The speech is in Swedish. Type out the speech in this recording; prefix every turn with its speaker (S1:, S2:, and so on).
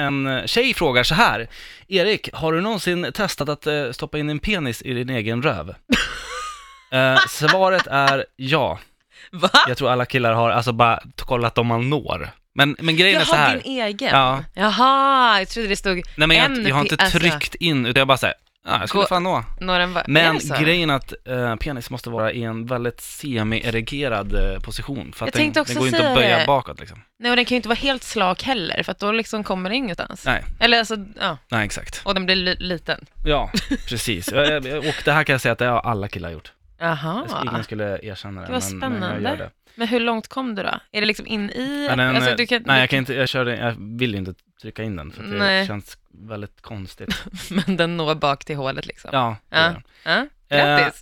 S1: En tjej frågar så här. Erik, har du någonsin testat att eh, stoppa in en penis i din egen röv? Eh, svaret är ja.
S2: Va?
S1: Jag tror alla killar har alltså bara t- kollat om man når. Men, men grejen är så
S2: Jaha,
S1: här.
S2: din egen?
S1: Ja.
S2: Jaha, jag trodde det stod
S1: Nej men jag,
S2: en
S1: jag har
S2: pe-
S1: inte
S2: alltså-
S1: tryckt in, utan jag bara säger, ah, jag skulle
S2: Gå-
S1: fan nå.
S2: några var... är
S1: Men
S2: det så?
S1: grejen är att eh, penis måste vara i en väldigt semi-erigerad eh, position. För
S2: Jag
S1: att
S2: tänkte
S1: den,
S2: också
S1: den går ju inte
S2: säga
S1: att böja
S2: det.
S1: bakåt liksom.
S2: Nej, och den kan ju inte vara helt slak heller, för att då liksom kommer den ingenstans.
S1: Nej.
S2: Eller alltså, ja,
S1: Nej exakt.
S2: och den blir li- liten.
S1: Ja, precis. Jag- jag- Och det här kan jag säga att det har alla killar gjort. Ingen
S2: Jaha.
S1: skulle erkänna det,
S2: Det var
S1: men, men jag gör
S2: Ah. spännande.
S1: det.
S2: Men hur långt kom du då? Är det liksom in i?
S1: Men den,
S2: alltså,
S1: eh,
S2: du kan...
S1: Nej, jag, kan inte, jag, kör den, jag vill ju inte trycka in den, för att det
S2: Nej.
S1: känns väldigt konstigt.
S2: Men den når bak till hålet liksom.
S1: Ja, det
S2: Ja.
S1: gör den.
S2: Ja, Grattis.